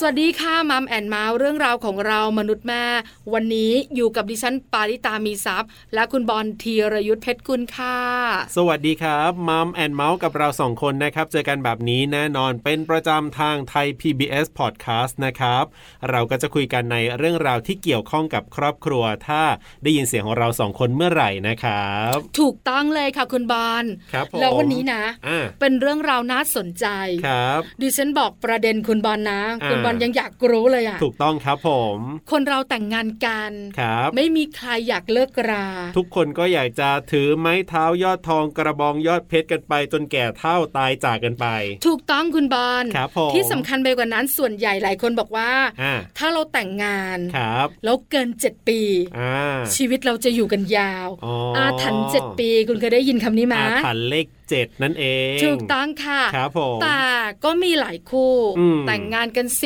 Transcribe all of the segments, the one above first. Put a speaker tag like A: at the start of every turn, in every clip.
A: สวัสดีค่ะมัมแอนเมาส์เรื่องราวของเรามนุษย์แม่ วันนี้อยู่กับดิฉันปาริตามีซัพย์ และคุณบอลธีรยุทธเพชรกุลค่ะ
B: สวัสดีครับมัมแอนเมาส์กับเราสองคนนะครับ เจอกันแบบนี้แน่นอนเป็นประจำทางไทย PBS Podcast นะครับ เราก็จะคุยกันในเรื่องราวที่เกี่ยวข้องกับครอบครัว ถ้าได้ยินเสียงของเราสองคนเมื่อไหร่นะครับ
A: ถูกต้องเลยค่ะคุณบอล
B: ครับผม
A: แล้ววันนี้นะ
B: อ่า
A: เป็นเรื่องราวน่าสนใจ
B: ครับ
A: ดิฉันบอกประเด็นคุณบอลนะ
B: อ่า
A: คุณบอลยังอยากรู้เลยอะ
B: ถูกต้องครับผม
A: คนเราแต่งงานกัน
B: ครับ
A: ไม่มีใครอยากเลิกรา
B: ทุกคนก็อยากจะถือไม้เท้ายอดทองกระบองยอดเพชรกันไป จนแก่เท่าตายจากกันไป
A: ถูกต้องคุณบอล
B: ครับผม
A: ที่สำคัญไปกว่านั้นส่วนใหญ่หลายคนบอกว่า
B: อ่า
A: ถ้าเราแต่งงาน
B: ครับ
A: แล้วเกิน 7 ปี
B: อ่า
A: ชีวิตเราจะอยู่กันยาว
B: อ๋ออ
A: อาถันเจ็ดปีคุณเคยได้ยินคำนี้ไหม
B: อาถรรพ์เลขเจ็ดนั่นเอง
A: ถูกต้องค่ะ
B: ครับผม
A: แต่ก็มีหลายคู่
B: อืม
A: แต่งงานกัน 10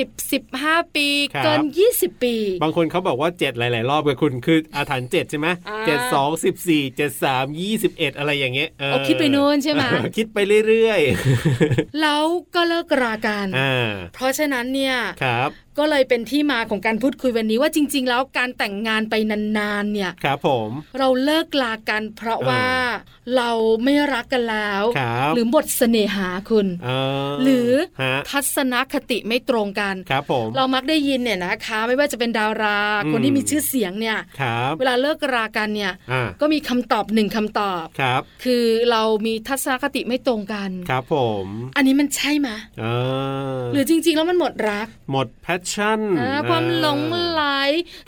A: 15 ปี
B: ครับ
A: เกิน 20 ปี
B: บางคนเขาบอกว่าเจ็ดหลาย ๆ รอบกับคุณคืออาถรรพ์เจ็ดใช่ไหม
A: อ่า
B: เจ็ดสองสิบสี่เจ็ดสามยี่สิบเอ็ดอะไรอย่างเงี้ยเออ
A: เอาคิดไปนู่นใช่ไหม
B: คิดไปเรื่อย
A: แล้วก็เลิกรากัน
B: ๆ อ่า
A: เพราะฉะนั้นเนี่ย
B: ครับ
A: ก็เลยเป็นที่มาของการพูดคุยวันนี้ว่าจริง ๆ แล้วการแต่งงานไปนานๆเนี่ย
B: ครับผม
A: เราเลิกลากันเพราะว่าเราไม่รักกันแล้ว
B: ครับ
A: หรือหมดเสน่หาคุณ
B: เออ
A: หรือ
B: ฮะ
A: ทัศนคติไม่ตรงกัน
B: ครับผม
A: เรามักได้ยินเนี่ยนะคะ ไม่ว่าจะเป็นดารา
B: อืม
A: คนที่มีชื่อเสียงเนี่ย
B: ครับ
A: เวลาเลิกรากันเนี่ย
B: อ่า
A: ก็มีคำตอบหนึ่งคำตอบ
B: ครับ
A: คือเรามีทัศนคติไม่ตรงกัน
B: ครับผม
A: อันนี้มันใช่ไหม
B: เออ
A: หรือจริง ๆ แล้วมันหมดรัก
B: หมดแพชชั่น
A: อ่าความหลงไหล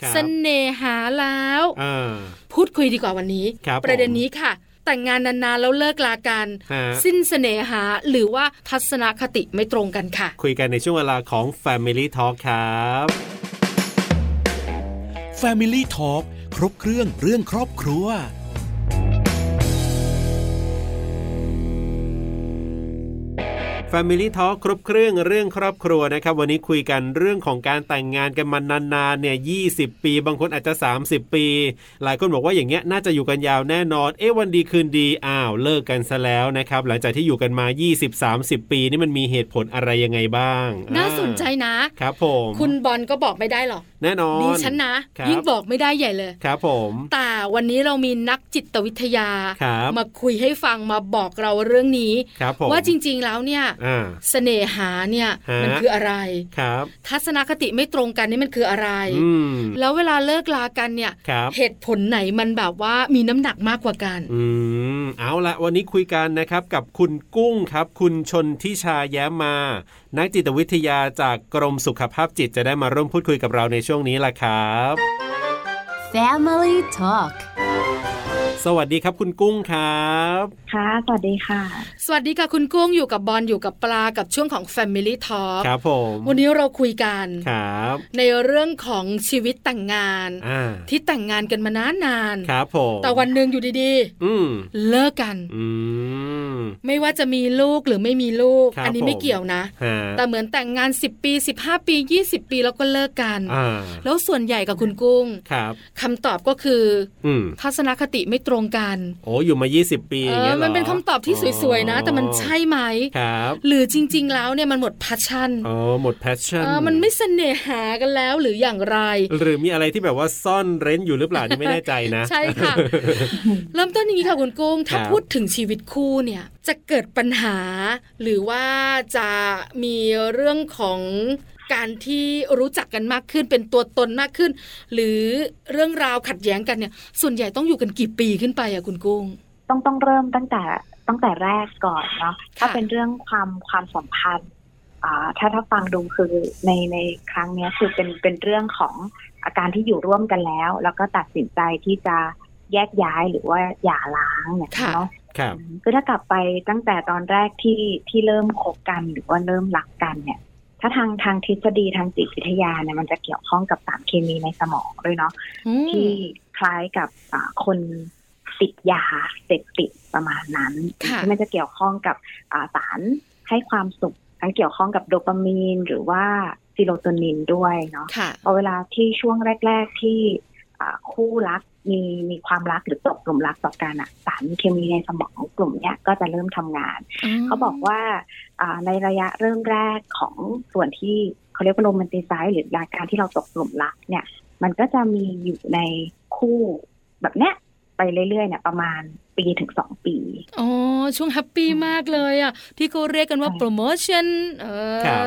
B: ครับ
A: เสน่หาแล้ว
B: เออ
A: พูดคุยดีกว่าวันนี้
B: ครับผม
A: ประเด็นนี้ค่ะ แต่งงานนานๆแล้วเลิกลากัน
B: ฮะ
A: สิ้นเสน่หาหรือว่าทัศนคติไม่ตรงกันค่ะ
B: คุยกันในช่วงเวลาของ Family Talk ครับ
C: Family Talk ครบเครื่องเรื่องครอบครัว
B: f a m i l y ่ทอครบเครื่องเรื่องครอบครัวนะครับ วันนี้คุยกันเรื่องของการแต่งงานกันมานานๆเนี่ยยีปี บางคนอาจจะ 30 ปี หลายคนบอกว่าอย่างเงี้ยน่าจะอยู่กันยาวแน่นอน เอ๊ะวันดีคืนดีอ้าวเลิกกันซะแล้วนะครับ หลังจากที่อยู่กันมา 20-30 ปีนี่มันมีเหตุผลอะไรยังไงบ้าง
A: น่า
B: อ่
A: สนใจนะ
B: ครับผม
A: คุณบอลก็บอกไม่ได้หรอก
B: แน่นอน
A: ดิฉันนะ
B: ครับ
A: ยิ่งบอกไม่ได้ใหญ่เลย
B: ครับผม
A: แต่วันนี้เรามีนักจิตวิทยา
B: ครับ
A: มาคุยให้ฟังมาบอกเราเรื่องนี้
B: ครับผม
A: ว่าจริงๆแล้วเนี่ย
B: อ่า
A: เสน่หาเนี่ย
B: ฮะ
A: มันคืออะไร
B: ครับ
A: ทัศนคติไม่ตรงกันนี่มันคืออะไร
B: อืม
A: แล้วเวลาเลิกลากันเนี่ย
B: ครับ
A: เหตุผลไหนมันแบบว่ามีน้ำหนักมากกว่ากัน
B: อืมเอาละวันนี้คุยกันนะครับกับคุณกุ้งครับ คุณชนทิชาแย้มมา นักจิตวิทยาจากกรมสุขภาพจิตจะได้มาร่วมพูดคุยกับเราในช่วงนี้ล่ะครับ
D: Family Talk
B: สวัสดีครับคุณกุ้งครับ
E: ค่ะ สวัสดีค่ะ
A: สวัสดีค่ะคุณกุ้งอยู่กับบอลอยู่กับปลากับช่วงของ Family Talk
B: ครับผม
A: วันนี้เราคุยกัน
B: ครับ
A: ในเรื่องของชีวิตแต่งงาน
B: อ่า
A: ที่แต่งงานกันมานานนานๆ
B: ครับผม
A: แต่วันหนึ่งอยู่ดี
B: อืม
A: ๆ เลิกกัน
B: อืม
A: ไม่ว่าจะมีลูกหรือไม่มีลูก
B: ครับ
A: อันี้
B: ผม
A: ไม่เกี่ยวนะ
B: ฮะ
A: แต่เหมือนแต่งงาน 10 ปี 15 ปี 20 ปีแล้วก็เลิกกัน
B: อ่า
A: แล้วส่วนใหญ่กับคุณกุ้ง
B: ครับ
A: คำตอบก็คือ
B: อืม
A: ทัศนคติไม่ตรงกัน
B: โอ้อยู่มา 20 ปี
A: เออ
B: อย่างเงี้ยหร
A: มันเป็นคำตอบที่สวยๆนะ แต่มันใช่ไหม
B: ครับ
A: หรือจริงๆ แล้วเนี่ยมันหมด passion
B: อ๋อหมดแพชชั่น
A: เออมันไม่เสน่หากันแล้วหรืออย่างไร
B: หรือมีอะไรที่แบบว่าซ่อนเร้นอยู่หรือเปล่านี่ไม่แน่ใจนะ
A: ใช่ ค่ะ เริ่มต้นอย่างนี้ค่ะคุณกุ้งถ้า
B: ครับ
A: พูดถึงชีวิตคู่เนี่ย จะเกิดปัญหา หรือว่าจะมีเรื่องของการที่รู้จักกันมากขึ้นเป็นตัวตนมากขึ้น หรือเรื่องราวขัดแย้งกันเนี่ย ส่วนใหญ่ต้องอยู่กันกี่ปีขึ้นไปอะคุณกุ้ง
E: ต้องต้องเริ่มตั้งแต่ตั้งแต่แรกก่อนเนาะ ถ้า
A: ค่ะ
E: เป็นเรื่องความความสัมพันธ์อ่าถ้าถ้าฟังดูคือในในครั้งเนี้ยคือเป็นเป็นเรื่องของอาการที่อยู่ร่วมกันแล้ว แล้วก็ตัดสินใจที่จะแยกย้ายหรือว่าหย่าร้างเนี่ยเนาะ
B: ครับ
E: คือถ้ากลับไปตั้งแต่ตอนแรกที่ที่เริ่มคบกันหรือว่าเริ่มรักกันเนี่ย ถ้าทางทางทฤษฎีทางจิตวิทยาเนี่ยมันจะเกี่ยวข้องกับสารเคมีในสมองด้วยเนาะ
A: อืม
E: ที่คล้ายกับอ่าคนติดยาเสพติดประมาณนั้น
A: ค่ะ
E: ที่มันจะเกี่ยวข้องกับอ่าสารให้ความสุขทั้งเกี่ยวข้องกับโดปามีน หรือว่าซีโรโทนินด้วยเนาะ
A: ค่ะ
E: พอเวลาที่ช่วงแรก ๆ ที่อ่าคู่รักมีมีความรักหรือตกหลุมรักต่อกันอะสารเคมีในสมอง กลุ่มเนี้ยก็จะเริ่มทำงาน เขาบอกว่าอ่าในระยะเริ่มแรกของส่วนที่เขาเรียกว่าโรแมนติไซส์หรือการที่เราตกหลุมรักเนี่ย มันก็จะมีอยู่ในคู่แบบเนี้ยไปเรื่อยๆเนี่ยประมาณปีถึงสองปี
A: อ๋อช่วงแฮปปี้มากเลยอ่ะที่เขาเรียกกันว่า
E: ใช่
A: โปรโมชั่นเออ
B: ครับ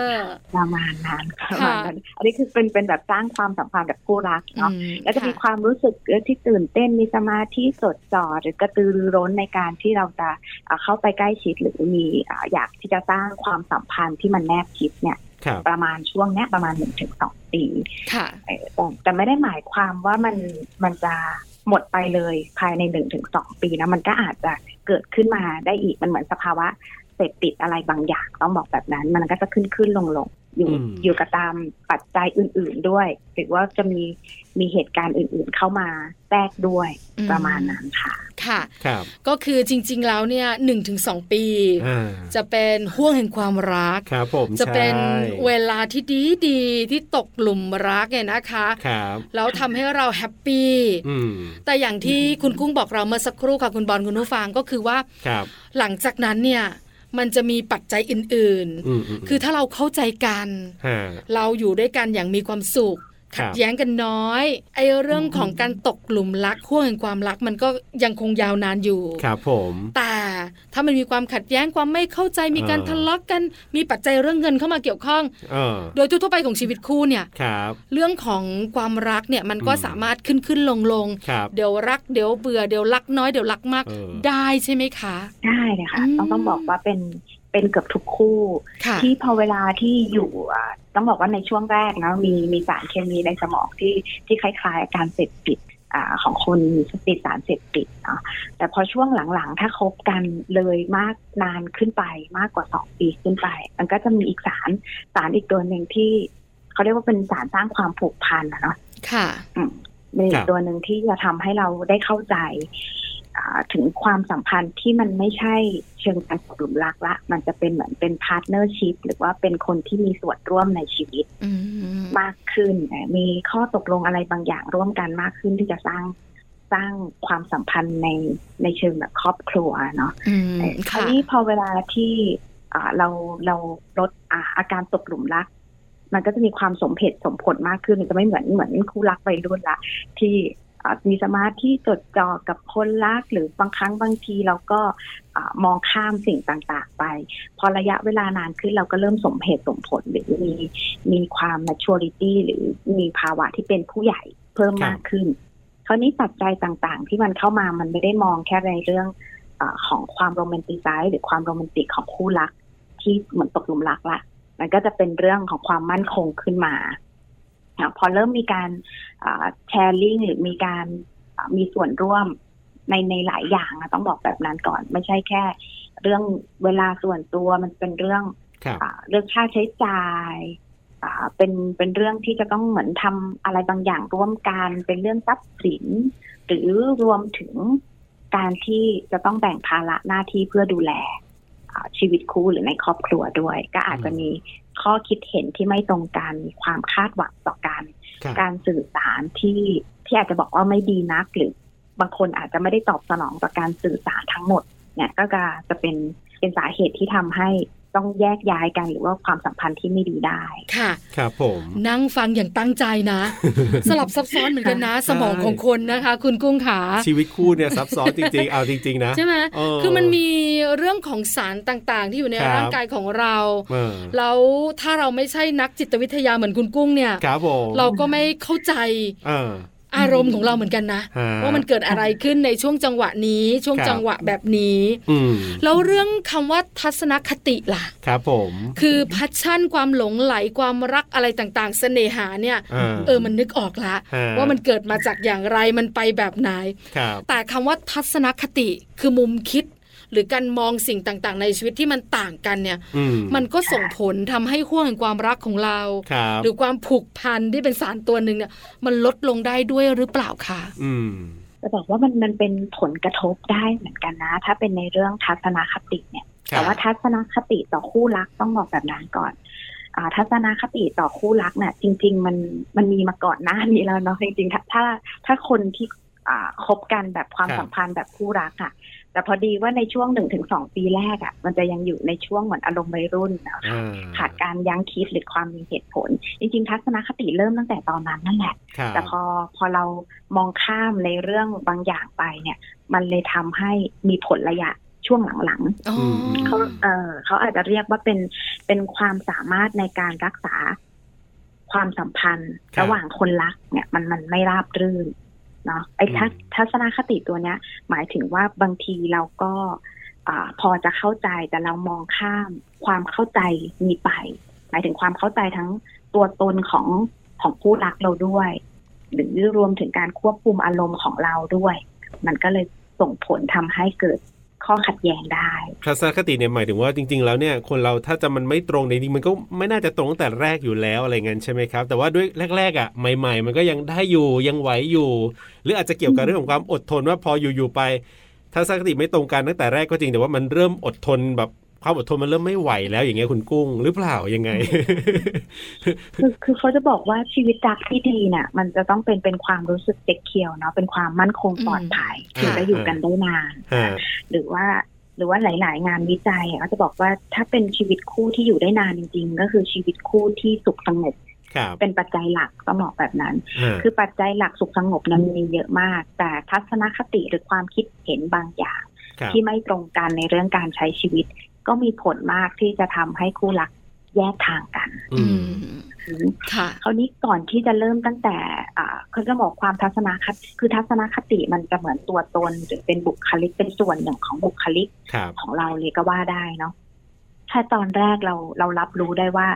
E: ประมาณนั้น
A: ค่ะ
E: ประมาณนั้นอันนี้คือเป็นเป็นแบบสร้างความสัมพันธ์แบบคู่รักเนาะ
A: อืม
E: แล้วจะมี
A: ค่
E: ความรู้สึกที่ตื่นเต้นมีสมาธิสดจ่อหรือกระตือรือร้นในการที่เราจะเอ่อเข้าไปใกล้ชิดหรือมีอ่าอยากที่จะสร้างความสัมพันธ์ที่มันแนบชิดเนี่ย
B: ครับ
E: ประมาณช่วงเนี้ยประมาณหนึ่งถึงสองปี
A: ค่ะ
E: เอ่อแต่แต่ไม่ได้หมายความว่ามันมันจะหมดไปเลยภายในหนึ่งถึงสองปีนะมันก็อาจจะเกิดขึ้นมาได้อีกมันเหมือนสภาวะเสพติดอะไรบางอย่างต้องบอกแบบนั้น มันก็จะขึ้นขึ้นลงลงอยู่
B: อืม
E: อยู่กับตามปัจจัยอื่น ๆด้วย หรือว่าจะมีมีเหตุการณ์อื่น ๆ เข้ามาแทรกด้วย
A: อืม
E: ประมาณนั้นค่ะ
A: ค่ะ
B: ครับ
A: ก็คือจริง ๆ แล้วเนี่ยหนึ่งถึงสองปี
B: อ่า
A: จะเป็นห่วงแห่งความรัก
B: ครับผม
A: จะเป็น
B: ใช่
A: เวลาที่ดีดีๆที่ตกหลุมรักเนี่ยนะคะ
B: ครับ
A: แล้วทำให้เราแฮปปี้
B: อืม
A: แต่อย่างที่คุณกุ้งบอกเราเมื่อสักครู่ค่ะคุณบอลคุณผู้ฟังก็คือว่า
B: ครับ
A: หลังจากนั้นเนี่ยมันจะมีปัจจัยอื่น
B: อืมม
A: ๆ คือถ้าเราเข้าใจกัน
B: ฮะ
A: เราอยู่ด้วยกันอย่างมีความสุข
B: ค
A: ขั
B: รับ
A: ดแย้งกันน้อยไอ้เรื่องของการตกหลุมรักห่วงแห่งความรักมันก็ยังคงยาวนานอยู่
B: ครับผม
A: แต่ถ้ามันมีความขัดแย้งความไม่เข้าใจมีการ
B: อ่า
A: ทะเลาะกัน มีปัจจัยเรื่องเงินเข้ามาเกี่ยวข้อง
B: เออ
A: โดยทั่วๆไปของชีวิตคู่เนี่ย
B: ครับ
A: เรื่องของความรักเนี่ยมันก็
B: อืม
A: สามารถขึ้นขึ้นลงลง
B: ครับ
A: เดี๋ยวรักเดี๋ยวเบื่อเดี๋ยวรักน้อยเดี๋ยวรักมาก
B: เออ
A: ได้ใช่ไหมคะ
E: ได้เลยค่ะต้องต้อง
A: อืม
E: บอกว่าเป็นเป็นเกือบทุกคู่
A: ค่ะ
E: ที่พอเวลาที่อยู่อ่ะต้องบอกว่าในช่วงแรกนะมีมีสารเคมีในสมองที่ที่คล้ายๆอาการเสพติดอ่าของคนติดสารเสพติดเนาะแต่พอช่วงหลังๆ ถ้าคบกันเลยมากนานขึ้นไปมากกว่าสองปีขึ้นไป มันก็จะมีอีกสารสารอีกตัวหนึ่งที่เขาเรียกว่าเป็นสารสร้างความผูกพันนะเนาะ
A: ค่ะ
E: อืมมีอี
B: ครั
E: ก
B: บ
E: ตัวหนึ่งที่จะทำให้เราได้เข้าใจอ่าถึงความสัมพันธ์ที่มันไม่ใช่เชิงการตกหลุมรักละ มันจะเป็นเหมือนเป็นพาร์ทเนอร์ชิพหรือว่าเป็นคนที่มีส่วนร่วมในชีวิต
A: อืม
E: มากขึ้นเอ่อมีข้อตกลงอะไรบางอย่างร่วมกันมากขึ้นที่จะสร้างสร้างความสัมพันธ์ในในเชิงแบบครอบครัวเนาะ
A: อืม
E: เอ่อคราว
A: ค่ะ
E: นี้พอเวลาที่อ่าเราเราลดอ่าอาการตกหลุมรัก มันก็จะมีความสมเหตุสมผลมากขึ้นมันจะไม่เหมือนเหมือนคู่รักวัยรุ่นละ ที่อ่ามีสมาธิจดจ่อกับคนรักหรือบางครั้งบางทีเราก็อ่ามองข้ามสิ่งต่างๆ ไป พอระยะเวลานานขึ้นเราก็เริ่มสมเหตุสมผลหรือมีมีความ maturity หรือมีภาวะที่เป็นผู้ใหญ่เพิ่มมากขึ้น คราวนี้ปัจจัยต่างๆ ที่มันเข้ามามันไม่ได้มองแค่ในเรื่อง อาของความโรแมนติไซส์หรือความโรแมนติกของคู่รัก ที่เหมือนตกหลุมรักละ มันก็จะเป็นเรื่องของความมั่นคงขึ้นมาอ่ะพอเริ่มมีการแชร์ลิงหรือมีการอ่ามีส่วนร่วมในในหลายอย่างนะต้องบอกแบบนั้นก่อน ไม่ใช่แค่ เรื่องเวลาส่วนตัวมันเป็นเรื่อง
B: ครับ
E: อ่าเรื่องค่าใช้จ่ายอ่าเป็นเป็นเรื่องที่จะต้องเหมือนทำอะไรบางอย่างร่วมกันเป็นเรื่องทรัพย์สิน หรือรวมถึงการที่จะต้องแบ่งภาระหน้าที่เพื่อดูแลอ่าชีวิตคู่หรือในครอบครัวด้วย ก็อาจจะมีข้อคิดเห็นที่ไม่ตรงกันมีความคาดหวังต่อกัน
B: ครับ
E: การสื่อสารที่ที่อาจจะบอกว่าไม่ดีนัก หรือบางคนอาจจะไม่ได้ตอบสนองต่อการสื่อสารทั้งหมดเนี่ยก็จะจะเป็นเป็นสาเหตุที่ทำให้ต้องแยกย้ายกันหรือว่าความสัมพันธ์ที่ไม่ดีได้
A: ค่ะ
B: ครับผม
A: นั่งฟังอย่างตั้งใจ นะ สลับซับซ้อนเหมือนกันนะ สมองของคนนะคะ คุณกุ้งขา
B: ชีวิตคู่เนี่ยซับซ้อนจริงๆ เอาจริง ๆ นะ
A: ใช่ไหม
B: เออ
A: คือมันมีเรื่องของสารต่างๆ ที่อยู่ใน
B: ครับ
A: ร่างกายของเรา
B: เออ
A: แล้วถ้าเราไม่ใช่นักจิตวิทยาเหมือนคุณกุ้งเนี่ย
B: ครับผม
A: เราก็ไม่เข้าใจ
B: เออ
A: อารมณ์ของเราเหมือนกันนะ
B: ฮะ
A: ว่ามันเกิดอะไรขึ้นในช่วงจังหวะนี้ ช่วง
B: ครับ
A: จังหวะแบบนี้
B: อืม
A: แล้วเรื่องคำว่าทัศนคติล่ะ
B: ครับผม
A: คือพัชชั่นความหลงไหลความรักอะไรต่างๆ เสน่หาเนี่ย
B: า
A: เออมันนึกออกละ
B: ฮะ
A: ว่ามันเกิดมาจากอย่างไรมันไปแบบไหน
B: ครับ
A: แต่คำว่าทัศนคติคือมุมคิด หรือการมองสิ่งต่างๆ ในชีวิตที่มันต่างกันเนี่ย
B: อืม
A: มันก็ส่งผลทำให้ห่วงแห่งความรักของเรา
B: ครับ
A: หรือความผูกพันที่เป็นสารตัวหนึ่งเนี่ยมันลดลงได้ด้วยหรือเปล่าคะ
B: อืม
E: จะบอกว่ามันมันเป็นผลกระทบได้เหมือนกันนะ ถ้าเป็นในเรื่องทัศนคติเนี่ย
B: ครับ
E: แต่ว่าทัศนคติต่อคู่รักต้องบอกแบบนั้นก่อนอาทัศนคติต่อคู่รักเนี่ยจริง ๆ มันมันมีมาก่อนหน้านี้แล้วเนาะจริงๆถ้าถ้าถ้าคนที่อ่าคบกันแบบควา
B: ค
E: ม
B: รับ
E: สัมพันธ์แบบคู่รักอะ แต่พอดีว่าในช่วงหนึ่งถึงสองปีแรกอะ่ะ มันจะยังอยู่ในช่วงเหมือนอารมณ์วัยรุ่นนะคะ
B: อ่
E: ขาดการยั้งคิดหรือความมีเหตุผล จริงๆ ทัศนคติเริ่มตั้งแต่ตอนนั้นนั่นแหละ
B: ครับ
E: แต่พอพอเรามองข้ามในเรื่องบางอย่างไปเนี่ย มันเลยทำให้มีผลระยะช่วงหลังๆ
A: อ๋อ
B: ม อื
E: เขาเออเขาอาจจะเรียกว่าเป็นเป็นความสามารถในการรักษาความสัมพันธ์
B: ครับ
E: ระหว่างคนรักเนี่ยมันมันไม่ราบรื่นเนาะไอ้ทัศ
B: อืม
E: ทัศนคติตัวเนี้ย หมายถึงว่าบางทีเราก็อาพอจะเข้าใจแต่เรามองข้ามความเข้าใจมีไป หมายถึงความเข้าใจทั้งตัวตนของของผู้รักเราด้วย หรือรวมถึงการควบคุมอารมณ์ของเราด้วย มันก็เลยส่งผลทำให้เกิดข้อขัดแย้งได้
B: ทัศนคติเนี่ยหมายถึงว่าจริง ๆ แล้วเนี่ยคนเราถ้าจะมันไม่ตรงในนี้มันก็ไม่น่าจะตรงตั้งแต่แรกอยู่แล้วอะไรเงี้ยใช่ไหมครับ แต่ว่าด้วยแรกๆอ่ะใหม่ ๆ มันก็ยังได้อยู่ยังไหวอยู่ หรืออาจจะเกี่ยวกับเรื่องของความอดทนว่าพออยู่ๆไปทัศนคติไม่ตรงกันตั้งแต่แรกก็จริงแต่ว่ามันเริ่มอดทนแบบความอดทนมันเริ่มไม่ไหวแล้วอย่างเงี้ยคุณกุ้งหรือเปล่ายังไง
E: คือคือเขาจะบอกว่าชีวิตรักที่ดีน่ะ มันจะต้องเป็นเป็นความรู้สึกเด็กเคียวเนาะเป็นความมั่นคงปลอดภัย
B: อืม
E: ถึงจะ
B: ค่ะ
E: อยู่กันได้นาน
B: ฮะ
E: หรือว่าหรือว่าหลาย ๆ งานวิจัยอะก็จะบอกว่าถ้าเป็นชีวิตคู่ที่อยู่ได้นานจริง ๆ ก็คือชีวิตคู่ที่สุขสงบ
B: ครับ
E: เป็นปัจจัยหลักต้องบอกแบบนั้น
B: ฮะ
E: คือปัจจัยหลักสุขสงบนั้นมีเยอะมาก แต่ทัศนคติหรือความคิดเห็นบางอย่าง
B: ครับ
E: ที่ไม่ตรงกันในเรื่องการใช้ชีวิต ก็มีผลมากที่จะทำให้คู่รักแยกทางกัน
B: อื
A: อื
B: ม
A: มค่ะ
E: คราวนี้ก่อนที่จะเริ่มตั้งแต่อ่าเขาจะบอกความทัศนคติคือทัศนคติมันจะเหมือนตัวตนหรือเป็นบุคลิกเป็นส่วนหนึ่งของบุคลิก
B: ครับ
E: ของเราเลยก็ว่าได้เนาะถ้าตอนแรกเราเรารับรู้ได้ว่า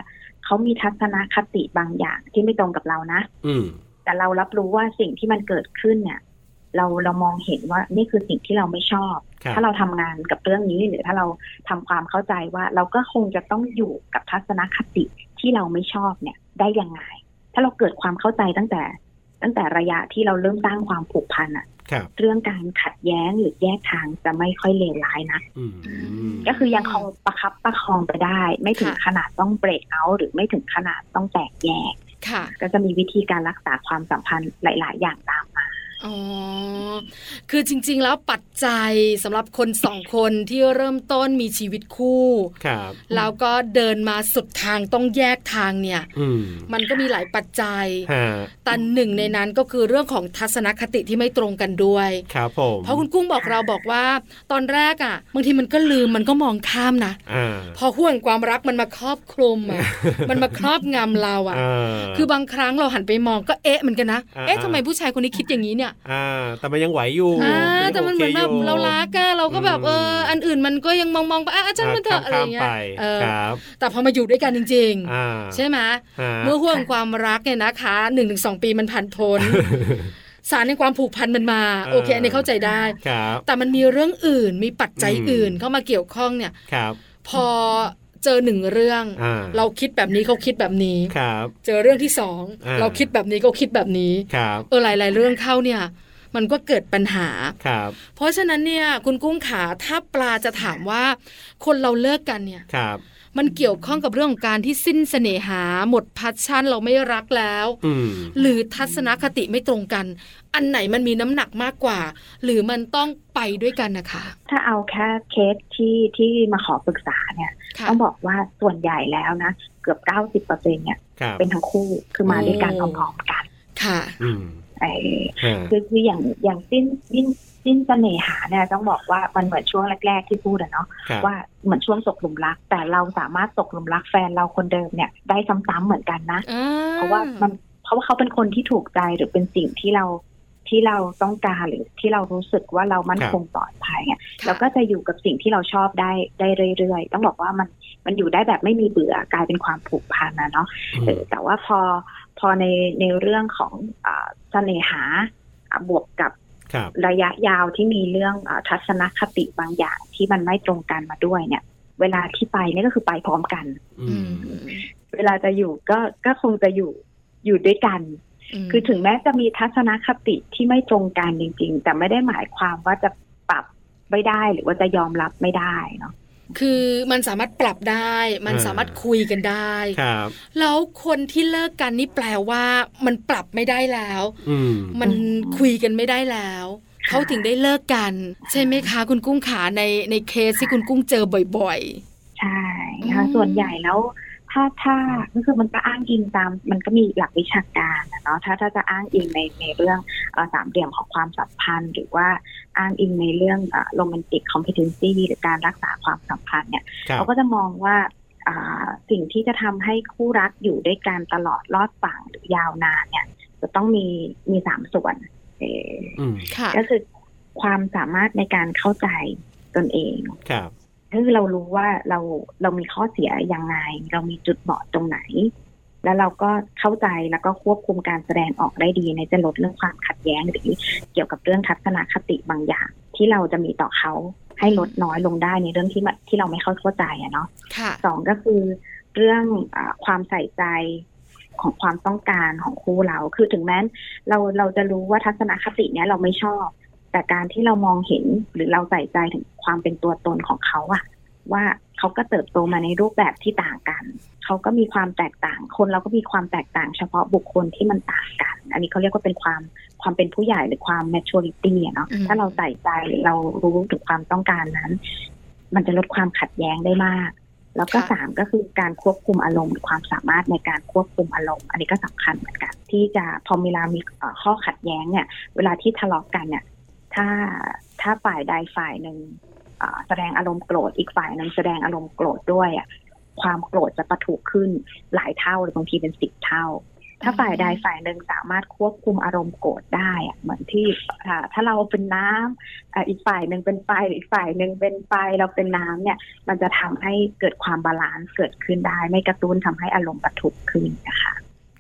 E: เขามีทัศนคติบางอย่างที่ไม่ตรงกับเรานะ
B: อืม
E: แต่เรารับรู้ว่าสิ่งที่มันเกิดขึ้นเนี่ย เราเรามองเห็นว่านี่คือสิ่งที่เราไม่ชอบ
B: ครับ
E: ถ้าเราทำงานกับเรื่องนี้หรือถ้าเราทำความเข้าใจว่าเราก็คงจะต้องอยู่กับทัศนคติที่เราไม่ชอบเนี่ยได้ยังไง ถ้าเราเกิดความเข้าใจตั้งแต่ ตั้งแต่ระยะที่เราเริ่มสร้างความผูกพันอะ
B: ครับ
E: เรื่องการขัดแย้งหรือแยกทางจะไม่ค่อยเลวร้ายนะ
B: อืม
E: ก็คือยังคงประคับประคองไปได้ ไม่ถึง
A: ค่ะ
E: ขนาดต้องเบรกเอาหรือไม่ถึงขนาดต้องแตกแยก
A: ค่ะ
E: ก็จะมีวิธีการรักษาความสัมพันธ์หลาย ๆ อย่างตามมา
A: อ๋อ คือจริง ๆ แล้วปัจจัยสำหรับคนสองคนที่เริ่มต้นมีชีวิตคู่
B: ครับ
A: แล้วก็เดินมาสุดทางต้องแยกทางเนี่ย
B: อืม
A: มันก็มีหลายปัจจัย
B: ฮะ
A: แต่หนึ่งในนั้นก็คือเรื่องของทัศนคติที่ไม่ตรงกันด้วย
B: ครับผม
A: เพราะคุณกุ้งบอกเราบอกว่า ตอนแรกอ่ะบางทีมันก็ลืมมันก็มองข้ามนะ
B: อ่า
A: พอห่วงความรักมันมาครอบคลุม อ่ะ มันมาครอบงำเราอ่ะ คือบางครั้งเราหันไปมองก็เอ๊ะเหมือนกันนะ
B: อ่า
A: เอ๊ะทำไมผู้ชายคนนี้คิดอย่างนี้เนี่ย
B: อ่า แต่มันยังไหวอยู่
A: อ่า
B: ยัง
A: แต่มันเหมือนแบบ
B: โคยู่
A: เรารักอะเราก็แบบ
B: อืม
A: เอออันอื่นมันก็ยังมองมองๆไปอ่ะอาจารย์มันเถอะอะไรอย่างเงี้ย
B: ข้ามๆป
A: เออ
B: ครับ
A: แต่พอมาอยู่ด้วยกันจริง
B: อ่า
A: ๆ ใช่ไหม
B: ฮะ
A: เมื่อห่วงความรักเนี่ยนะคะหนึ่งถึงสองปีมันผ่านพ้ นสารในความผูกพันมันมา
B: เออ
A: โอเคอันนี้เข้าใจได้
B: ครับ
A: แต่มันมีเรื่องอื่นมีปัจจัย
B: อืม
A: อื่นเข้ามาเกี่ยวข้องเนี่ย
B: ครับ
A: พอเจอหนึ่งเรื่อง
B: อ่า
A: เราคิดแบบนี้เขาคิดแบบนี้
B: ครับ
A: เจอเรื่องที่สอง
B: อ่า
A: เราคิดแบบนี้เขาคิดแบบนี้
B: ครับ
A: เออหลาย ๆ เรื่องเข้าเนี่ย มันก็เกิดปัญหา
B: ครับ
A: เพราะฉะนั้นเนี่ยคุณกุ้งขาถ้าปลาจะถามว่า คนเราเลิกกันเนี่ย
B: ครับ
A: มันเกี่ยวข้องกับเรื่องของการที่สิ้นเสน่หา หมดพัชชั่นเราไม่รักแล้ว
B: อืม
A: หรือทัศนคติไม่ตรงกัน อันไหนมันมีน้ำหนักมากกว่า หรือมันต้องไปด้วยกันนะคะ
E: ถ้าเอาแค่เคสที่ที่มาขอปรึกษาเนี่ย
A: ค่ะ
E: ต้องบอกว่าส่วนใหญ่แล้วนะ เกือบ 90เปอร์เซ็นเนี่ย
B: ครับ
E: เป็นทั้งคู่คือมาด้วยกันพร้อมๆกัน
A: ค่ะ
B: อืม
E: ไอ้
B: ฮะ
E: คือคืออย่างอย่างสิ้นสิ้นสิ้นเสน่หาเนี่ยต้องบอกว่ามันเหมือนช่วงแรก ๆ ที่พูดอะเนาะ
B: ครับ
E: ว่าเหมือนช่วงตกหลุมรัก แต่เราสามารถตกหลุมรักแฟนเราคนเดิมเนี่ยได้ซ้ำๆเหมือนกันนะ
A: อ่
E: เพราะว่ามันเพราะว่าเขาเป็นคนที่ถูกใจหรือเป็นสิ่งที่เราที่เราต้องการหรือที่เรารู้สึกว่าเรามั่นคงปลอดภัยอะ
A: ค่ะ
E: เราก็จะอยู่กับสิ่งที่เราชอบได้ได้เรื่อยๆ ต้องบอกว่ามันมันอยู่ได้แบบไม่มีเบื่อกลายเป็นความผูกพันนะเนาะ
B: อื
E: เอ
B: ม
E: อแต่ว่าพอพอในในเรื่องของอาเสน่หาอ่ะบวกกับ
B: ครับ
E: ระยะยาวที่มีเรื่องอาทัศนคติบางอย่างที่มันไม่ตรงกันมาด้วยเนี่ย เวลาที่ไปเนี่ยก็คือไปพร้อมกัน
B: อื
A: อื
B: ม
A: ม
E: เวลาจะอยู่ก็ก็คงจะอยู่อยู่ด้วยกัน
A: ม
E: คือถึงแม้จะมีทัศนคติที่ไม่ตรงกันจริง ๆ แต่ไม่ได้หมายความว่าจะปรับไม่ได้หรือว่าจะยอมรับไม่ได้เนาะ
A: คือมันสามารถปรับได้ มันสามารถคุยกันได้
B: ครับ
A: แล้วคนที่เลิกกันนี่แปลว่ามันปรับไม่ได้แล้ว
B: อืม
A: มันคุยกันไม่ได้แล้ว เขาถึงได้เลิกกัน ใช่ไหมคะคุณกุ้งขาในในเคสที่คุณกุ้งเจอบ่อย
E: ใช่ค่ะ
A: อืม
E: ส่วนใหญ่แล้ว ถ้าถ้าก็คือมันก็อ้างอิงตาม มันก็มีหลักวิชาการนะเนาะถ้าถ้าจะอ้างอิงในในเรื่องเอ่อสามเหลี่ยมของความสัมพันธ์ หรือว่าอ้างอิงในเรื่องโรแมนติกคอมเพตนซีหรือการรักษาความสัมพันธ์เนี่ย
B: ครับ
E: เขาก็จะมองว่าอ่าสิ่งที่จะทำให้คู่รักอยู่ด้วยกันตลอดรอดฝั่งหรือยาวนานเนี่ย จะต้องมีมีสามส่วนเอ่อ
B: อืม
A: ๆ ค่ะ
E: ก็คือความสามารถในการเข้าใจตนเอง
B: ครับ
E: คือเรารู้ว่าเราเรามีข้อเสียยังไง เรามีจุดบอดตรงไหน แล้วเราก็เข้าใจแล้วก็ควบคุมการแสดงออกได้ดีในจะลดเรื่องความขัดแย้งหรือเกี่ยวกับเรื่องทัศนคติบางอย่าง ที่เราจะมีต่อเขาให้ลดน้อยลงได้ในเรื่องที่มันที่เราไม่เข้าเข้าใจอะเนาะ
A: ค่ะ
E: สองก็คือเรื่องอาความใส่ใจของความต้องการของคู่เรา คือถึงแม้นเราเราจะรู้ว่าทัศนคติเนี้ยเราไม่ชอบ แต่การที่เรามองเห็นหรือเราใส่ใจถึงความเป็นตัวตนของเขาอะว่าเขาก็เติบโตมาในรูปแบบที่ต่างกัน เขาก็มีความแตกต่าง คนเราก็มีความแตกต่างเฉพาะบุคคลที่มันต่างกัน อันนี้เขาเรียกว่าเป็นความความเป็นผู้ใหญ่หรือความ maturity อะเนาะ
A: อืม
E: ถ้าเราใส่ใจหรือเรารู้ถึงความต้องการนั้น มันจะลดความขัดแย้งได้มาก แล้วก็
A: ค่ะ
E: สามก็คือการควบคุมอารมณ์หรือความสามารถในการควบคุมอารมณ์ อันนี้ก็สำคัญเหมือนกัน ที่จะพอเวลามีเอ่อข้อขัดแย้งเนี่ย เวลาที่ทะเลาะกันเนี่ย ถ้าถ้าฝ่ายใดฝ่ายหนึ่งเอ่อแสดงอารมณ์โกรธอีกฝ่ายหนึ่งแสดงอารมณ์โกรธด้วยอะความโกรธจะประทุขึ้นหลายเท่าหรือบางทีเป็นสิบเท่า ถ้าฝ่ายใดฝ่ายหนึ่งสามารถควบคุมอารมณ์โกรธได้อะเหมือนที่อ่าถ้าเราเป็นน้ำ อ่ะอีกฝ่ายหนึ่งเป็นไฟหรืออีกฝ่ายหนึ่งเป็นไฟเราเป็นน้ำเนี่ย มันจะทำให้เกิดความบาลานซ์เกิดขึ้นได้ ไม่กระตุ้นทำให้อารมณ์ปะทุขึ้นนะคะ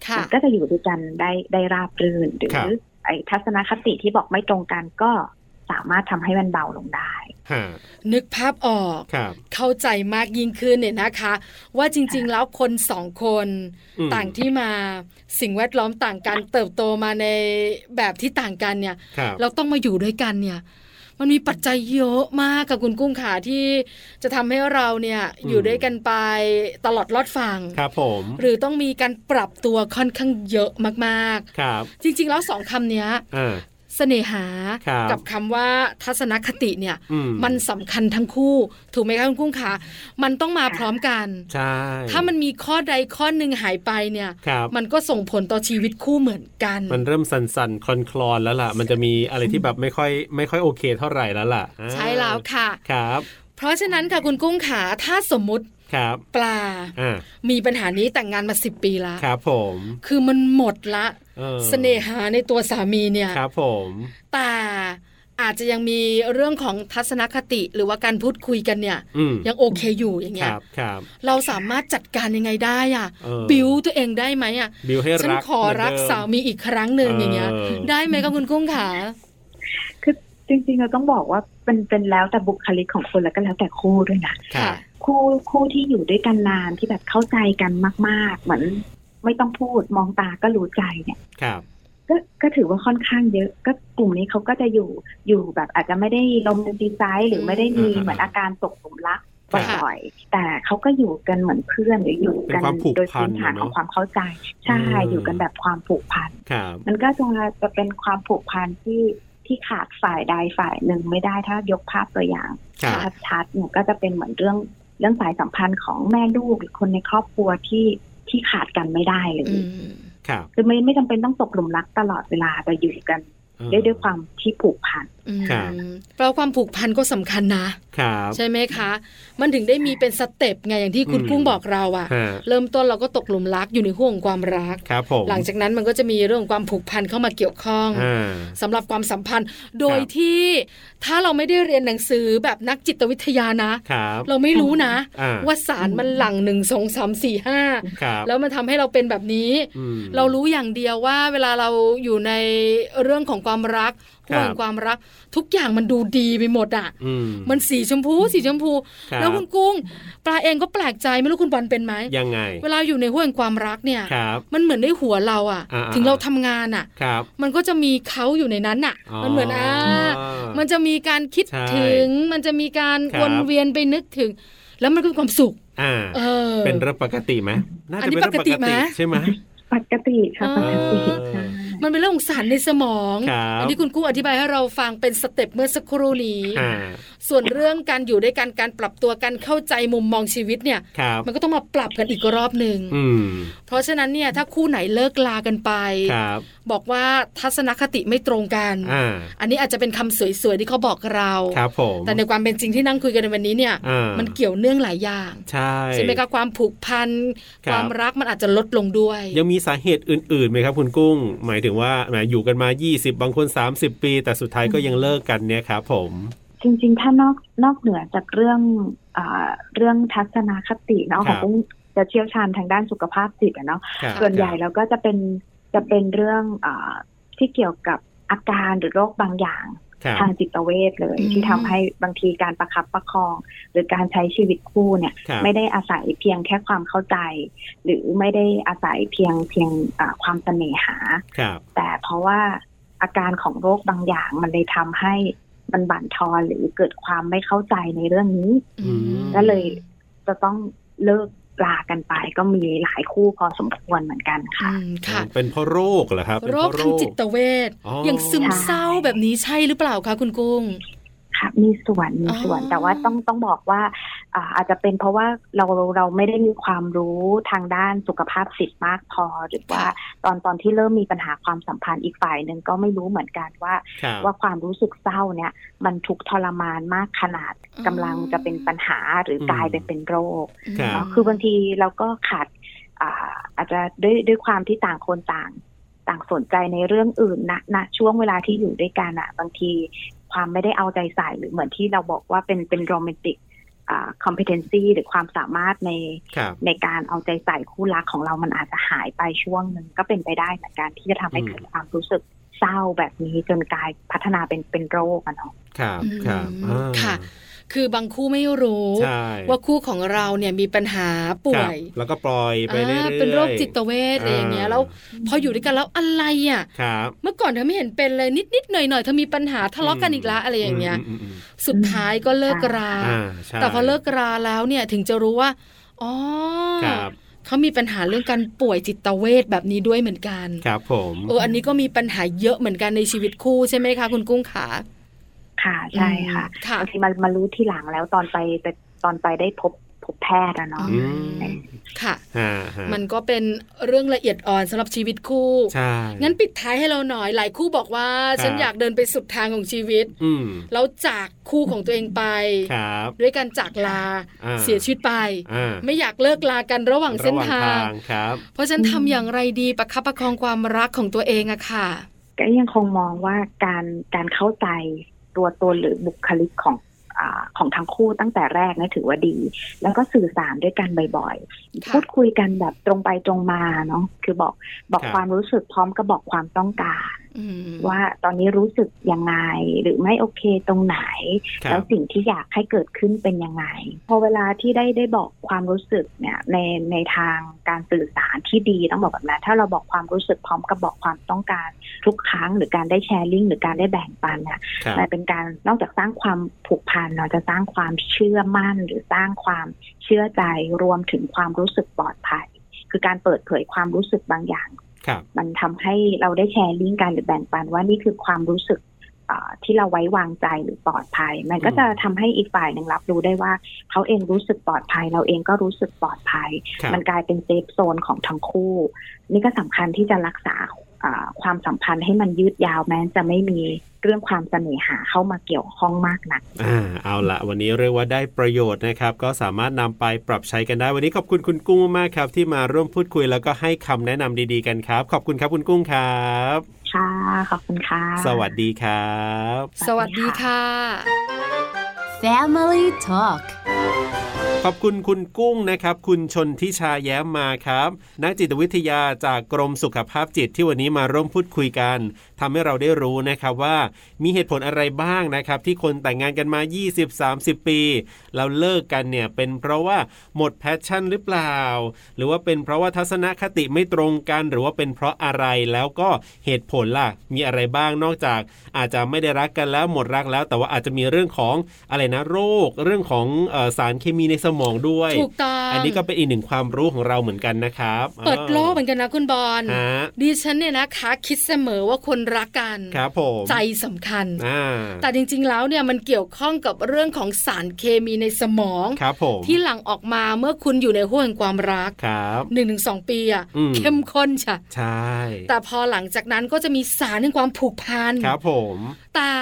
A: ค่ะ
E: มัก็จะอยู่ด้วยกันได้ได้ราบรื่นหรือ
B: ครับ
E: ไอ้ทัศนคติที่บอกไม่ตรงกันก็สามารถทำให้มันเบาลงได้
B: ฮะ
A: นึกภาพออก
B: ครับ
A: เข้าใจมากยิ่งขึ้นเนี่ยนะคะ ว่าจริงๆแล้วคนสองคน
B: อืม
A: ต่างที่มาสิ่งแวดล้อมต่างกันเติบโตมาในแบบที่ต่างกันเนี่ย
B: ครับ
A: เราต้องมาอยู่ด้วยกันเนี่ย มันมีปัจจัยเยอะมากกับคุณกุ้งขาที่จะทำให้เราเนี่ยอยู่ด้วยกันไปตลอดรอดฟัง
B: ครับผม
A: หรือต้องมีการปรับตัวค่อนข้างเยอะมาก
B: ครับ
A: ๆ จริงๆ แล้วสองคำเนี้ย
B: อ่า
A: เสน่หา
B: ครับ
A: กับคำว่าทัศนคติเนี่ย
B: อื
A: มันสำคัญทั้งคู่ ถูกไหมคะคุณกุ้งขามันต้องมาพร้อมกัน
B: ใช่
A: ถ้ามันมีข้อใดข้อหนึ่งหายไปเนี่ย
B: ครับ
A: มันก็ส่งผลต่อชีวิตคู่เหมือนกัน
B: มันเริ่มสั่นๆคลอนคลอนๆแล้วล่ะ มันจะมีอะไรที่แบบไม่ค่อย ไม่ค่อยโอเคเท่าไหร่แล้วล่ะอ่า
A: ใช่แล้วค่ะ
B: ครับ
A: เพราะฉะนั้นค่ะคุณกุ้งขาถ้าสมมุติ
B: ครับ
A: ปลา
B: อ่า
A: มีปัญหานี้แต่งงานมาสิบปีละ
B: ครับผม
A: คือมันหมดละ
B: ออ
A: เสน่หาในตัวสามีเนี่ย
B: ครับผม
A: แต่อาจจะยังมีเรื่องของทัศนคติหรือว่าการพูดคุยกันเนี่ย
B: อืม
A: ยังโอเคอยู่อย่าง
B: ค
A: เงี้ย
B: รับครับ
A: เราสามารถจัดการยังไงได้อ่ะ
B: เออ
A: บิวตัวเองได้ไหมอ่ะ
B: บิวให้
A: ฉัน
B: รัก
A: ขอรัก
B: เหนเดิ
A: สามีอีกครั้งหนึ่งอย่างเงี้ย
B: เออ
A: ได้ไหมคะคุณกุ้งขา
E: คือจริงๆเราต้องบอกว่าเป็นเป็นแล้วแต่บุคลิกของคนแล้วก็แล้วแต่คู่ด้วยนะ
B: ค่ะ
E: คู่คู่ที่อยู่ด้วยกันนานที่แบบเข้าใจกันมาก ๆ เหมือนไม่ต้องพูดมองตาก็รู้ใจเนี่ย
B: ครับ
E: ก็ก็ถือว่าค่อนข้างเยอะก็กลุ่มนี้เขาก็จะอยู่อยู่แบบอาจจะไม่ได้ลมดีไซน์หรือไม่ได้มี
B: อืม
E: เหมือนอาการตกหลุมรัก
B: ครับ
E: บ่อยๆแต่เขาก็อยู่กันเหมือนเพื่อนหรืออยู่
B: เป็นค
E: กัน
B: วามผูก
E: โดย
B: พั
E: พื้
B: น
E: นฐาน
B: เนอะ
E: ของความเข้าใจใช่
B: อืม
E: อยู่กันแบบความผูกพัน
B: ครับ
E: มันก็จะจะเป็นความผูกพันที่ที่ขาดฝ่ายใดฝ่ายหนึ่งไม่ได้ถ้ายกภาพตัวอย่าง
B: ครับ
E: ชัดๆเนี่ยก็จะเป็นเหมือนเรื่องเรื่องสายสัมพันธ์ของแม่ลูกหรือคนในครอบครัวที่ที่ขาดกันไม่ได้เลย
A: อืม
B: ครับ
E: คือไม่ไม่จำเป็นต้องตกหลุมรักตลอดเวลาแต่อยู่กัน
B: เออ
E: ด้วยด้วยความที่ผูกพัน
A: อืม
B: ครับ
A: เพราะความผูกพันก็สำคัญนะ
B: ครับ
A: ใช่ไหมคะ มันถึงได้มีเป็นสเต็ปไงอย่างที่คุณกุ้งบอกเราอะ
B: ฮะ
A: เริ่มต้นเราก็ตกหลุมรักอยู่ในห่วงความรัก
B: ครับผม
A: หลังจากนั้นมันก็จะมีเรื่องของความผูกพันเข้ามาเกี่ยวข้อง
B: อ่า
A: สำหรับความสัมพันธ์ โดย
B: ครับ
A: ที่ถ้าเราไม่ได้เรียนหนังสือแบบนักจิตวิทยานะ
B: ครับ
A: เราไม่รู้นะ
B: อ่า
A: ว่าสารมันหลังหนึ่งสองสามสี่ห้า
B: ครับ
A: แล้วมันทำให้เราเป็นแบบนี้
B: อืม
A: เรารู้อย่างเดียวว่าเวลาเราอยู่ในเรื่องของความรัก
B: ครับ
A: ห่วงความรัก ทุกอย่างมันดูดีไปหมดอะ
B: อืม
A: มันสีชมพูสีชมพู
B: รับ
A: แล้วคุณกุ้ง ปลาเองก็แปลกใจไม่รู้คุณบอลเป็นไหม
B: ยังไง
A: เวลาอยู่ในห่วงความรักเนี่ย
B: ครับ
A: มันเหมือนในหัวเราอะ
B: อ่าๆ
A: ถึงเราทำงานอะ
B: ครับ
A: มันก็จะมีเขาอยู่ในนั้นอะมันเหมือนอ่ามันจะมีการคิด
B: ใช่
A: ถึง มันจะมีการ
B: ครับ
A: วนเวียนไปนึกถึง แล้วมันก็มีความสุข
B: อ่า
A: เออ
B: เป็นเรื่องปกติไหมน่า
A: อัน
B: จะ
A: นี้
B: เป็นเรื่องป
A: ปกติ
B: ก
A: ไหม
B: ติใช่ไหม
E: ปกติค่ะ
A: อ่า
E: ปกติ
B: เออ
E: ใช่
A: มันเป็นเรื่องของสารในสมอง
B: ครับ
A: อันี้คุณกุ้งอธิบายให้เราฟังเป็นสเต็ปเมื่อสักครู่นี้
B: อ่า
A: ส่วนเรื่องการอยู่ด้วยกันการปรับตัวการเข้าใจมุมมองชีวิตเนี่ย
B: ครับ
A: มันก็ต้องมาปรับกันอีกรอบหนึ่ง
B: อืม
A: เพราะฉะนั้นเนี่ยถ้าคู่ไหนเลิกลากันไป
B: ครับ
A: บอกว่าทัศนคติไม่ตรงกัน
B: อ่า
A: อันนี้อาจจะเป็นคำสวยๆที่เขาบอกเรา
B: ครับผม
A: แต่ในความเป็นจริงที่นั่งคุยกันในวันนี้เนี่ย
B: อ่า
A: มันเกี่ยวเนื่องหลายอย่าง
B: ใช่
A: ใช่ไหมคะความผูกพัน
B: ครับ
A: ความรักมันอาจจะลดลงด้วย
B: ยังมีสาเหตุอื่นๆไหมครับคุณกุ้ง หมายถึงว่าแหมอยู่กันมา 20 บางคน 30 ปี แต่สุดท้ายก็ยังเลิกกันเนี่ยครับผม
E: จริงๆ ถ้านอกนอกเหนือจากเรื่องอาเรื่องทัศนคติเนาะ
B: ค
E: ข
B: รั
E: อง
B: บ
E: กุ้งจะเชี่ยวชาญทางด้านสุขภาพจิตอะเนาะ
B: ครับ
E: ส่วนใหญ่แล้วก็จะเป็นจะเป็นเรื่องอาที่เกี่ยวกับอาการหรือโรคบางอย่าง
B: ครับ
E: ทางจิตเวชเลย
A: อืม
E: ที่ทำให้บางทีการประคับประคอง หรือการใช้ชีวิตคู่เนี่ย
B: ครับ
E: ไม่ได้อาศัยเพียงแค่ความเข้าใจ หรือไม่ได้อาศัยเพียงเพียงอ่าความเสน่หา
B: ครับ
E: แต่เพราะว่าอาการของโรคบางอย่างมันเลยทำให้มันบั่นทอนหรือเกิดความไม่เข้าใจในเรื่องนี้
B: อืม
E: ก็เลยจะต้องเลิกลากันไปก็มีหลายคู่พอสมควรเหมือนกัน
A: อื
E: ค่ะ
A: มค่ะ
B: เป็นเพราะโรคเหรอครับเป็น
A: โร
B: เพาะ
A: คทางจิตเวช
B: อ๋อ
A: อ
B: อ
A: ย่างซึมเศร้า
E: ใช่
A: แบบนี้ใช่หรือเปล่าคะคุณกุ้ง
E: ครับมีส่วนมีส่วน
A: อ๋อ
E: แต่ว่าต้องต้องบอกว่าอ่าอาจจะเป็นเพราะว่าเราเราไม่ได้มีความรู้ทางด้านสุขภาพจิตมากพอ หรือว่าตอนตอนที่เริ่มมีปัญหาความสัมพันธ์อีกฝ่ายหนึ่งก็ไม่รู้เหมือนกันว่า
B: ครับ
E: ว่าความรู้สึกเศร้าเนี่ย มันทุกข์ทรมานมากขนาดกำลังจะเป็นปัญหาหรือกลายไปเป็นโรค
B: ครับ
E: เนาะคือบางทีเราก็ขาดอ่าอาจจะด้วยด้วยความที่ต่างคนต่างต่างสนใจในเรื่องอื่นนะนะช่วงเวลาที่อยู่ด้วยกันอะบางทีความไม่ได้เอาใจใส่หรือเหมือนที่เราบอกว่าเป็นเป็นโรแมนติกอ่า competency หรือความสามารถใน
B: ครับ
E: ในการเอาใจใส่คู่รักของเรามันอาจจะหายไปช่วงหนึ่งก็เป็นไปได้เหมือนกันที่จะทำให้
B: อืม
E: เกิดความรู้สึกเศร้าแบบนี้จนกลายพัฒนาเป็นเป็นโรคอะเนาะ
B: ครับ
A: อืม
B: ครับอ่า
A: ค่ะ คือบางคู่ไม่รู้
B: ใช่
A: ว่าคู่ของเราเนี่ยมีปัญหาป่
B: คว รับ
A: ย
B: แล้วก็ปล่อยไปเรื่อย
A: อ่า
B: ๆ
A: เป็นโรคจิตเวชอะไรอย่างเงี้ยแล้วพออยู่ด้วยกันแล้วอะไรอ่ะ
B: ครับ
A: เมื่อก่อนเธอไม่เห็นเป็นเลยนิดๆหน่อยๆเธอมีปัญหาทะเลาะกันอีกละอะไรอย่างเงี้ย
B: มอืม
A: สุดท้ายก็เลิกรา
B: อืมอ่าใช่
A: แต่พอเลิกราแล้วเนี่ยถึงจะรู้ว่าอ๋อ
B: ครับ
A: เขามีปัญหาเรื่องการป่วยจิตเวชแบบนี้ด้วยเหมือนกัน
B: ครับผม
A: เอออันนี้ก็มีปัญหาเยอะเหมือนกันในชีวิตคู่ใช่ไหมคะคุณกุ้งขา
E: ค่ะใช่ค่ะ
A: ค่ะ
E: บางทีมันมารู้ทีหลังแล้วตอนไปไปตอนไปได้พบพบแพทย์อะเนาะ
B: อืม
A: ค่ะ
B: ฮะฮะ
A: มันก็เป็นเรื่องละเอียดอ่อนสำหรับชีวิตคู่
B: ใช่
A: งั้นปิดท้ายให้เราหน่อยหลายคู่บอกว่า
B: ครับ
A: ฉันอยากเดินไปสุดทางของชีวิต
B: อืม
A: แล้วจากคู่ของตัวเองไป
B: ครับ
A: ด้วยการจากลา
B: อ่า
A: เสียชีวิตไป
B: อ่า
A: ไม่อยากเลิกลากันระหว่างเส้น
B: ระหว่
A: ทาง
B: ครับ
A: เพราะฉะนัน
E: อืม
A: ทำอย่างไรดีประคับประคองความรักของตัวเองอะค่ะ
E: ก็ยังคงมองว่าการการเข้าใจตัวตนหรือบุคลิกของอาของทั้งคู่ตั้งแต่แรกนะถือว่าดี แล้วก็สื่อสารด้วยกันบ่อยๆ
A: ค่ะ
E: พูดคุยกันแบบตรงไปตรงมาเนาะคือบอกบอก
B: ครับ
E: ความรู้สึกพร้อมกับบอกความต้องการ
A: อืม
E: ว่าตอนนี้รู้สึกยังไงหรือไม่โอเคตรงไหน
B: ครั
E: แล้
B: บ
E: วสิ่งที่อยากให้เกิดขึ้นเป็นยังไง พอเวลาที่ได้ได้บอกความรู้สึกเนี่ยในในทางการสื่อสารที่ดีต้องบอกแบบนั้นถ้าเราบอกความรู้สึกพร้อมกับบอกความต้องการทุกครั้ง หรือการได้แชร์ลิงก์หรือการได้แบ่งปันเนี่ย
B: ครับ
E: มันเป็นการนอกจากสร้างความผูกพันเราจะสร้างความเชื่อมั่น หรือสร้างความเชื่อใจรวมถึงความรู้สึกปลอดภัย คือการเปิดเผยความรู้สึกบางอย่าง
B: ครับ
E: มันทำให้เราได้แชร์ลิงก์กันหรือแบ่งปันว่านี่คือความรู้สึกเอ่อที่เราไว้วางใจหรือปลอดภัย มันก็จะทำให้อีกฝ่ายหนึ่งรับรู้ได้ว่า เขาเองรู้สึกปลอดภัย เราเองก็รู้สึกปลอดภัย
B: ครับ
E: มันกลายเป็นเซฟโซนของทั้งคู่ นี่ก็สำคัญที่จะรักษาเอ่อความสัมพันธ์ให้มันยืดยาวแม้จะไม่มีเรื่องความเสน่หาเข้ามาเกี่ยวข้องมากนัก
B: อ่าเอาละวันนี้เรียกว่าได้ประโยชน์นะครับ ก็สามารถนำไปปรับใช้กันได้ วันนี้ขอบคุณคุณกุ้งมากครับ ที่มาร่วมพูดคุยแล้วก็ให้คำแนะนำดีๆกันครับ ขอบคุณครับคุณกุ้งครับ
E: ค่ะ ขอบคุณค่ะ
B: สวัสดีครับ
A: สวัสดีค่ะ
D: Family Talk
B: ขอบคุณคุณกุ้งนะครับ คุณชนทิชาแย้มมาครับ นักจิตวิทยาจากกรมสุขภาพจิตที่วันนี้มาร่วมพูดคุยกันทำให้เราได้รู้นะครับว่า มีเหตุผลอะไรบ้างนะครับ ที่คนแต่งงานกันมา 20-30 ปีแล้วเลิกกันเนี่ยเป็นเพราะว่าหมดแพชชั่นหรือเปล่า หรือว่าเป็นเพราะว่าทัศนคติไม่ตรงกัน หรือว่าเป็นเพราะอะไรแล้วก็เหตุผลล่ะ มีอะไรบ้างนอกจาก อาจจะไม่ได้รักกันแล้วหมดรักแล้ว แต่ว่าอาจจะมีเรื่องของอะไรนะโรค เรื่องของเออสารเคมีในสม มองด้วย
A: ถูกต้อง
B: อันนี้ก็เป็นอีกหนึ่งความรู้ของเราเหมือนกันนะครับ
A: เปิดโลกเหมือนกันนะคุณบอล
B: ฮะ
A: ดิฉันเนี่ยนะคะคิดเสมอว่าคนรักกัน
B: ครับผม
A: ใจสำคัญ
B: อ่า
A: แต่จริงๆแล้วเนี่ยมันเกี่ยวข้องกับเรื่องของสารเคมีในสมอง
B: ครับผม
A: ที่หลั่งออกมาเมื่อคุณอยู่ในห้วงแห่งความรัก
B: ครับ
A: หนึ่งถึงสองปีอะ
B: อืม
A: เข้มข้นใช่ะ
B: ใช่
A: แต่พอหลังจากนั้นก็จะมีสารแห่งความผูกพัน
B: ครับผม
A: แต่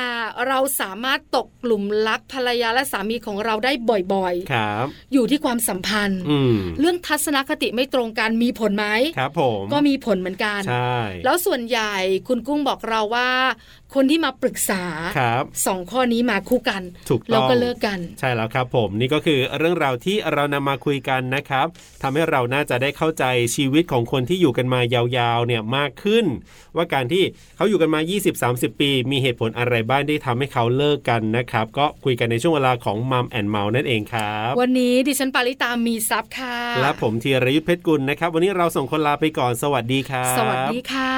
A: เราสามารถตกกลุ่มรักภรรยาและสามีของเราได้บ่อย
B: ครับ
A: ๆ อยู่ที่ความสัมพันธ์
B: อืม
A: เรื่องทัศนคติไม่ตรงกันมีผลไหม
B: ครับผม
A: ก็มีผลเหมือนกัน
B: ใช่
A: แล้วส่วนใหญ่คุณกุ้งบอกเราว่า คนที่มาปรึกษา
B: ครับ
A: สองข้อนี้มาคู่กัน
B: ถูกต้อง
A: แล้วก็เลิกกัน
B: ใช่แล้วครับผมนี่ก็คือเรื่องราวที่เรานำมาคุยกันนะครับทำให้เราน่าจะได้เข้าใจชีวิตของคนที่อยู่กันมายาวๆเนี่ยมากขึ้น ว่าการที่เขาอยู่กันมา 20-30 ปี มีเหตุผลอะไรบ้างที่ทำให้เขาเลิกกันนะครับ ก็คุยกันในช่วงเวลาของมัมแอนเมานั่นเองครับ
A: วันนี้ดิฉันปาริตามีซับค่ะ
B: และผมธีรยุทธเพชรกุลนะครับ วันนี้เราส่งคนลาไปก่อนสวัสดีครับ
A: สวัสดีค่ะ